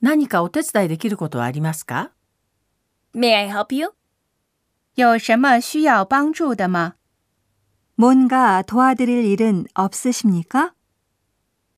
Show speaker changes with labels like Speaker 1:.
Speaker 1: 何かお手伝いできることはありますか
Speaker 2: May I help you?
Speaker 3: 有什么需要帮助的吗？
Speaker 4: 뭔가 도와드릴 일은 없으십니까?